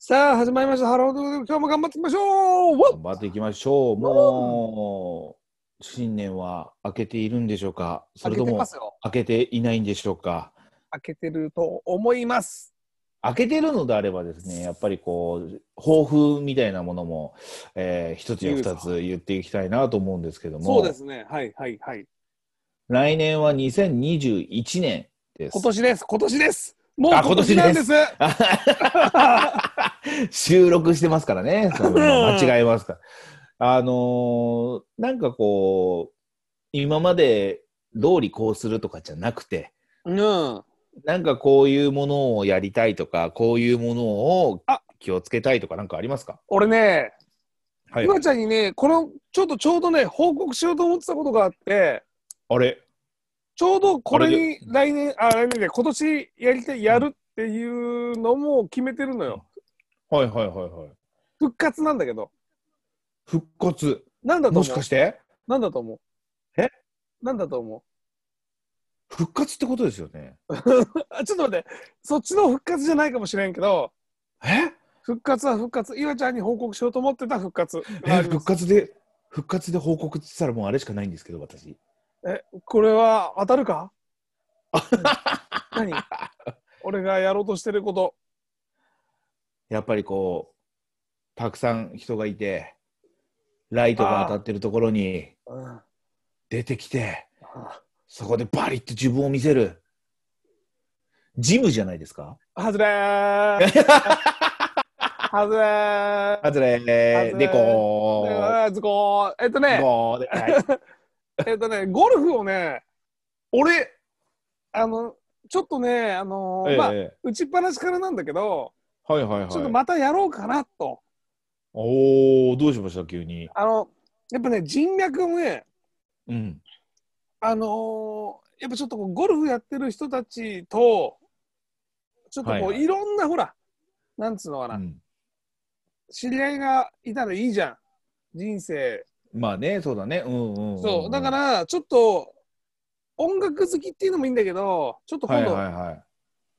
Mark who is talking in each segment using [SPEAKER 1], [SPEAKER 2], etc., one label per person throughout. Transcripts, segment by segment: [SPEAKER 1] さあ、始まりました。ハロードゥ今日も頑張っていきましょうわっ
[SPEAKER 2] 頑張っていきましょう。もう、新年は明けているんでしょうかそ
[SPEAKER 1] 開
[SPEAKER 2] れ
[SPEAKER 1] け
[SPEAKER 2] と
[SPEAKER 1] て
[SPEAKER 2] も
[SPEAKER 1] ますよ。
[SPEAKER 2] 明けていないんでしょうか
[SPEAKER 1] 開けてると思います。
[SPEAKER 2] 明けてるのであればですね、やっぱりこう、抱負みたいなものも、えー一つや
[SPEAKER 1] 言う
[SPEAKER 2] 二
[SPEAKER 1] か
[SPEAKER 2] つ言っていきたいなと思うんですけども、
[SPEAKER 1] そうですね。はいはいはい。
[SPEAKER 2] 来年は2021年です。
[SPEAKER 1] 今年です。今年です。もう
[SPEAKER 2] あ
[SPEAKER 1] 今年なんです。
[SPEAKER 2] 収録してますからね、その
[SPEAKER 1] うん
[SPEAKER 2] 間違えますから。あのーなんかこう、今まで通りこうするとかじゃなくて、
[SPEAKER 1] うん。
[SPEAKER 2] なんかこういうものをやりたいとか、こういうものを
[SPEAKER 1] あ
[SPEAKER 2] 気をつけたいとか、なんかありますか
[SPEAKER 1] 俺ね、
[SPEAKER 2] は
[SPEAKER 1] 今ちゃんにね、このちょっとちょうどね、報告しようと思ってたことがあって、
[SPEAKER 2] あれ
[SPEAKER 1] ちょうどこれ
[SPEAKER 2] あ
[SPEAKER 1] に来年、あ、来年で今年やりたい、やるっていうのも決めてるのよ。
[SPEAKER 2] はいはいはいはい。
[SPEAKER 1] 復活なんだけど。
[SPEAKER 2] 復活。
[SPEAKER 1] なんだと
[SPEAKER 2] も
[SPEAKER 1] 思
[SPEAKER 2] し
[SPEAKER 1] う
[SPEAKER 2] かして
[SPEAKER 1] なんだと思う
[SPEAKER 2] え
[SPEAKER 1] なんだと思う
[SPEAKER 2] 復活ってことですよね。
[SPEAKER 1] あちょっと待って、そっちの復活じゃないかもしれんけど、
[SPEAKER 2] え
[SPEAKER 1] 復活は復活、岩ちゃんに報告しようと思ってた復活が
[SPEAKER 2] え
[SPEAKER 1] ありま
[SPEAKER 2] 復
[SPEAKER 1] す。
[SPEAKER 2] 活で、復活で報告って言ったらもうあれしかないんですけど、私。
[SPEAKER 1] え、これは当たる か何俺がやろうとしてること。
[SPEAKER 2] やっぱりこう、たくさん人がいて、ライトが当たってるところに
[SPEAKER 1] うん
[SPEAKER 2] 出てきて、そこでバリッと自分を見せる。ジムじゃないですか
[SPEAKER 1] 外れ ー外れー
[SPEAKER 2] 外れ
[SPEAKER 1] 外れ
[SPEAKER 2] でこ
[SPEAKER 1] え
[SPEAKER 2] ー
[SPEAKER 1] ーズコーえっとね、
[SPEAKER 2] こうで、はい
[SPEAKER 1] えっとね、ゴルフをね、俺、あの、ちょっとね、あのーまあ、
[SPEAKER 2] ええ
[SPEAKER 1] 打ちっぱなしからなんだけど、
[SPEAKER 2] はいはいはい。
[SPEAKER 1] ちょっとまたやろうかなと。
[SPEAKER 2] おお、どうしました急に。
[SPEAKER 1] あの、やっぱね、人脈もね、
[SPEAKER 2] うん。
[SPEAKER 1] あのーやっぱちょっとこうゴルフやってる人たちと、ちょっとこう、
[SPEAKER 2] はいいはい
[SPEAKER 1] ろんなほら、なんつうのかな、
[SPEAKER 2] うん
[SPEAKER 1] 知り合いがいたらいいじゃん、人生。
[SPEAKER 2] まあね、そうだね。うんうんん。
[SPEAKER 1] そう、だか、ら、ちょっと、音楽好きっていうのもいいんだけど、ちょっと
[SPEAKER 2] は
[SPEAKER 1] 今
[SPEAKER 2] い
[SPEAKER 1] 度、
[SPEAKER 2] はいはい。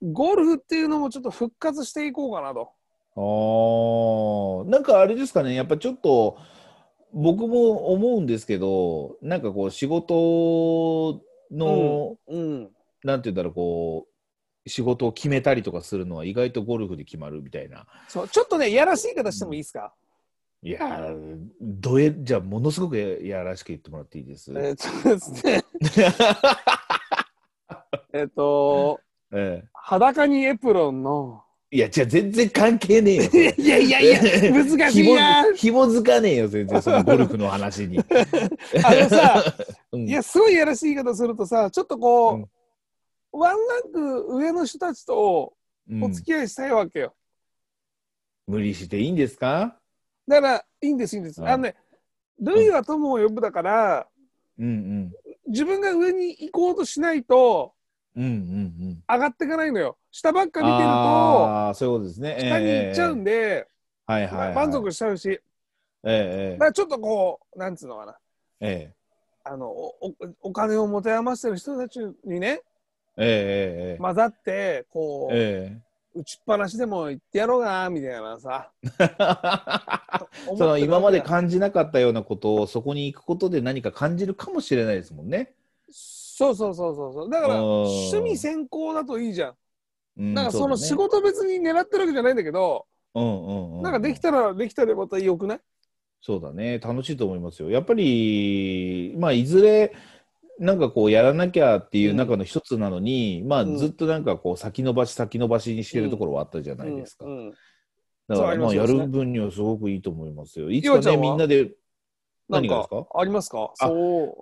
[SPEAKER 1] ゴルフっていうのもちょっと復活していこうかなと。
[SPEAKER 2] ああ、なんかあれですかね、やっぱちょっと僕も思うんですけど、なんかこう仕事の、
[SPEAKER 1] うん。
[SPEAKER 2] なんて言うんだろう、こう、仕事を決めたりとかするのは意外とゴルフで決まるみたいな。
[SPEAKER 1] そう、ちょっとね、いやらしい方してもいいですか、
[SPEAKER 2] いやー、どえ、じゃあものすごくややらしく言ってもらっていいです。
[SPEAKER 1] えっとです ね、えっと、
[SPEAKER 2] え
[SPEAKER 1] 裸にエプロンの、
[SPEAKER 2] え、いや、じゃあ全然関係ねえよ。そ
[SPEAKER 1] い
[SPEAKER 2] れ
[SPEAKER 1] やいやいやいや、難 しいな。
[SPEAKER 2] 紐紐づかねえよ、全然、そのゴルフの話 に。
[SPEAKER 1] あのさ、
[SPEAKER 2] うん
[SPEAKER 1] いや、すごいやらしい言い方するとさ、ちょっとこう、ワンランク上の人たちと
[SPEAKER 2] うん
[SPEAKER 1] お付き合いしたいわけよ。
[SPEAKER 2] 無理していいんですか
[SPEAKER 1] だから、いいんです、いいんです。
[SPEAKER 2] うん
[SPEAKER 1] あのね、ルイは友を呼ぶだから、
[SPEAKER 2] うん
[SPEAKER 1] 自分が上に行こうとしないと、
[SPEAKER 2] うん。うんうんうん。
[SPEAKER 1] 上がっていかないのよ。下ばっか見てると、
[SPEAKER 2] ああ、そういうことですね。ええ
[SPEAKER 1] 下に行っちゃうんで、
[SPEAKER 2] はいはいはい。
[SPEAKER 1] 満足しちゃうし、
[SPEAKER 2] え
[SPEAKER 1] だ
[SPEAKER 2] え
[SPEAKER 1] からちょっとこう、なんつうのかな、
[SPEAKER 2] ええ
[SPEAKER 1] あのおおお金を持て余してる人たちにね、
[SPEAKER 2] ええええ
[SPEAKER 1] 混ざって、こう、
[SPEAKER 2] え え
[SPEAKER 1] 打ちっぱなしでも行ってやろうかなみたいなさ思ってるわけ
[SPEAKER 2] その今まで感じなかったようなことをそこに行くことで何か感じるかもしれないですもんね。
[SPEAKER 1] そうそうそうそうそうだから
[SPEAKER 2] うん
[SPEAKER 1] 趣味専攻だといいじゃん、
[SPEAKER 2] うん
[SPEAKER 1] なんかその仕
[SPEAKER 2] うだね
[SPEAKER 1] 事別に狙ってるわけじゃないんだけど
[SPEAKER 2] うんうんうん、
[SPEAKER 1] なんかできたらできたでまたよくない
[SPEAKER 2] そうだね楽しいと思いますよ。やっぱり、まあ、いずれなんかこうやらなきゃっていう中の一つなのに、まあ、
[SPEAKER 1] うん
[SPEAKER 2] ずっとなんかこう先延ばし先延ばしにしてるところはあったじゃないですか。
[SPEAKER 1] うんうん
[SPEAKER 2] だから
[SPEAKER 1] そう
[SPEAKER 2] まあ
[SPEAKER 1] あ
[SPEAKER 2] や
[SPEAKER 1] りますよね
[SPEAKER 2] る分にはすごくいいと思いますよ。いつ
[SPEAKER 1] 岩ちゃ
[SPEAKER 2] かね
[SPEAKER 1] んは
[SPEAKER 2] みんなで
[SPEAKER 1] なん
[SPEAKER 2] 何がですか
[SPEAKER 1] ありますか
[SPEAKER 2] あ
[SPEAKER 1] そ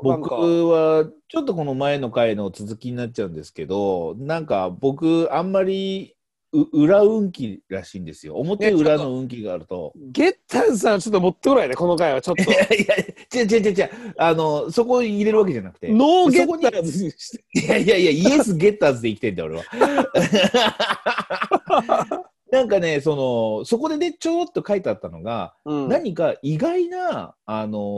[SPEAKER 1] うなん
[SPEAKER 2] 僕
[SPEAKER 1] か
[SPEAKER 2] はちょっとこの前の回の続きになっちゃうんですけどなんか僕あんまりう裏運気らしいんですよ表裏の運気があると。
[SPEAKER 1] ゲッタンさんちょっと持ってこないでこの回はちょっと
[SPEAKER 2] いや いや違う違う違う違うあのそこ入れるわけじゃなくてい
[SPEAKER 1] ノーゲッターズに して
[SPEAKER 2] やいやいやイエスゲッターズで生きてんだよ俺は。 なんかね、その、そこでね、ちょろっと書いてあったのが、
[SPEAKER 1] うん
[SPEAKER 2] 何か意外な、あの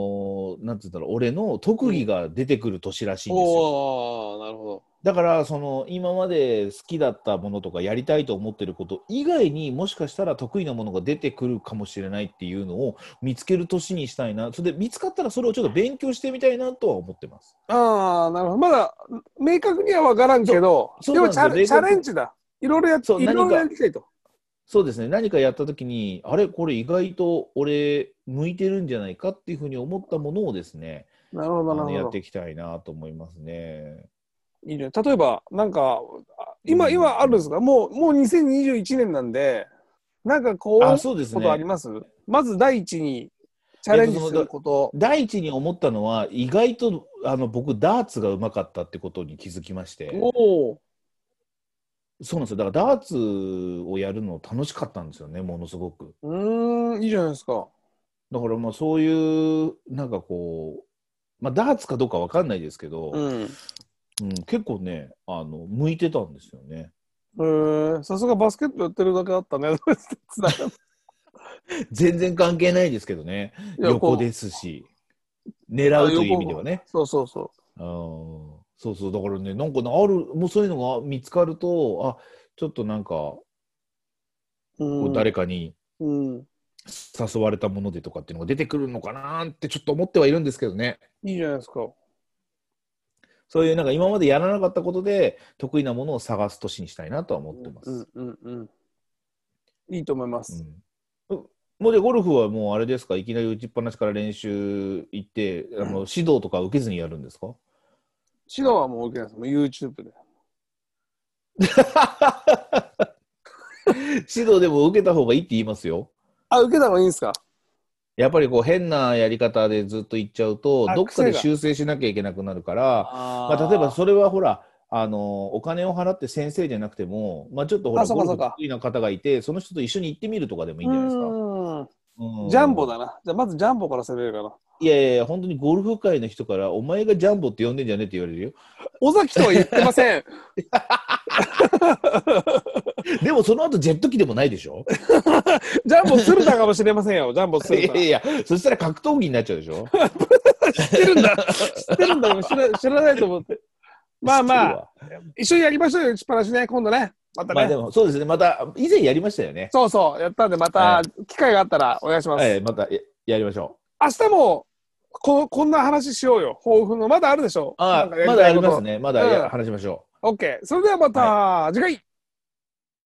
[SPEAKER 2] ーなんつうんだろう、俺の特技が出てくる年らしいんですよ。
[SPEAKER 1] おーなるほ
[SPEAKER 2] だから、その、今まで好きだったものとか、やりたいと思ってること以外にもしかしたら得意なものが出てくるかもしれないっていうのを見つける年にしたいな。それで、見つかったらそれをちょっと勉強してみたいなとは思ってます。
[SPEAKER 1] ど。ああ、なるほど。まだ明確には分からんけど、
[SPEAKER 2] そう
[SPEAKER 1] でも
[SPEAKER 2] そう
[SPEAKER 1] チャ
[SPEAKER 2] なん
[SPEAKER 1] レ
[SPEAKER 2] です
[SPEAKER 1] チ
[SPEAKER 2] よ
[SPEAKER 1] ャレンジだ。いろいろやって、
[SPEAKER 2] そう
[SPEAKER 1] いろいろ
[SPEAKER 2] 何か
[SPEAKER 1] やりたいと。
[SPEAKER 2] そうですね何かやった時にあれこれ意外と俺向いてるんじゃないかっていうふうに思ったものをですね
[SPEAKER 1] なるほ
[SPEAKER 2] あ
[SPEAKER 1] ど、な
[SPEAKER 2] の
[SPEAKER 1] る
[SPEAKER 2] や
[SPEAKER 1] ほ
[SPEAKER 2] って
[SPEAKER 1] ど。
[SPEAKER 2] いきたいなと思いますね。
[SPEAKER 1] いいね。例えば、なんか、あ今、
[SPEAKER 2] うん
[SPEAKER 1] 今あるんですが、もう、もう2021年なんで、なんかこう、
[SPEAKER 2] あそうです
[SPEAKER 1] ことあり
[SPEAKER 2] ね
[SPEAKER 1] ますまず第一に、チャレンジすること。
[SPEAKER 2] 第一に思ったのは意外とあの僕ダーツがうまかったってことに気づきまして
[SPEAKER 1] おお。
[SPEAKER 2] そうなんですよだからダーツをやるの楽しかったんですよねものすごく。
[SPEAKER 1] うーん、いいじゃないですか。
[SPEAKER 2] だからまあそういうなんかこう、まあ、ダーツかどうかわかんないですけど、
[SPEAKER 1] うん。へ
[SPEAKER 2] うん結構ねあの向いてたんですよね。
[SPEAKER 1] えさすがバスケットやってるだけあった ね。つながっ
[SPEAKER 2] 全然関係ないですけどね
[SPEAKER 1] いやこ
[SPEAKER 2] 横
[SPEAKER 1] う
[SPEAKER 2] ですし狙うという意味ではね
[SPEAKER 1] そうそうそ
[SPEAKER 2] うんそうそうだからねなんかねあるもうそういうのが見つかるとあちょっとなんかこ
[SPEAKER 1] う。
[SPEAKER 2] う
[SPEAKER 1] うん、
[SPEAKER 2] 誰かに
[SPEAKER 1] うん。
[SPEAKER 2] 誘われたものでとかっていうのが出てくるのかなってちょっと思ってはいるんですけどね
[SPEAKER 1] いいじゃないですか。
[SPEAKER 2] そういうなんか今までやらなかったことで得意なものを探す年にしたいなとは思ってます、
[SPEAKER 1] うんうんうん。いいと思います。
[SPEAKER 2] うんうもうでゴルフはもうあれですかいきなり打ちっぱなしから練習行ってあの指導とか受けずにやるんですか
[SPEAKER 1] 指導はもう受けないです。もう YouTube で。
[SPEAKER 2] 指導でも受けた方がいいって言いますよ。
[SPEAKER 1] あ、受けた方がいいんですか
[SPEAKER 2] やっぱりこう変なやり方でずっと行っちゃうと
[SPEAKER 1] あ、
[SPEAKER 2] どっか
[SPEAKER 1] 癖
[SPEAKER 2] で
[SPEAKER 1] が
[SPEAKER 2] 修正しなきゃいけなくなるから、
[SPEAKER 1] あ
[SPEAKER 2] まあ、例えばそれはほら、あのお金を払って先生じゃなくても、まあ、ちょっとほら、
[SPEAKER 1] あそう
[SPEAKER 2] ゴ
[SPEAKER 1] かそ
[SPEAKER 2] ルフ
[SPEAKER 1] うか
[SPEAKER 2] 得意な方がいて、その人と一緒に行ってみるとかでも
[SPEAKER 1] う
[SPEAKER 2] いいんじゃないですか。
[SPEAKER 1] ーん
[SPEAKER 2] うん
[SPEAKER 1] ジャンボだな。じゃあまずジャンボから攻めるかな。
[SPEAKER 2] いやいやいや、本当にゴルフ界の人から、お前がジャンボって呼んでんじゃねえって言われるよ。
[SPEAKER 1] 尾崎とは言ってません。
[SPEAKER 2] でもその後ジェット機でもないでしょ
[SPEAKER 1] ジャンボ鶴田かもしれませんよ。ジャンボ
[SPEAKER 2] い
[SPEAKER 1] 鶴 田。
[SPEAKER 2] や
[SPEAKER 1] 知
[SPEAKER 2] いや、そしたら格闘技になっちゃうでしょ
[SPEAKER 1] ってるんだ。知ってるんだけど知ら知らないと思って。まあまあ、
[SPEAKER 2] あ。
[SPEAKER 1] 一緒にやりましょうよ、打ちっぱなしね、今度ね。また
[SPEAKER 2] まあ
[SPEAKER 1] ね
[SPEAKER 2] で。も、そうですね。また、以前やりましたよね。
[SPEAKER 1] そうそう、やったんで、また
[SPEAKER 2] は
[SPEAKER 1] 機会があったらお願いします。
[SPEAKER 2] はい、またややりましょ
[SPEAKER 1] 明日もここんな話しようよ、抱負の。まだあるでしょ
[SPEAKER 2] う。あ
[SPEAKER 1] な
[SPEAKER 2] あ、
[SPEAKER 1] んかや
[SPEAKER 2] ま
[SPEAKER 1] りた
[SPEAKER 2] だ
[SPEAKER 1] い
[SPEAKER 2] あ
[SPEAKER 1] こ
[SPEAKER 2] り
[SPEAKER 1] と
[SPEAKER 2] ますね。まだや
[SPEAKER 1] うん
[SPEAKER 2] 話しましょう。
[SPEAKER 1] OK。それではまた、次回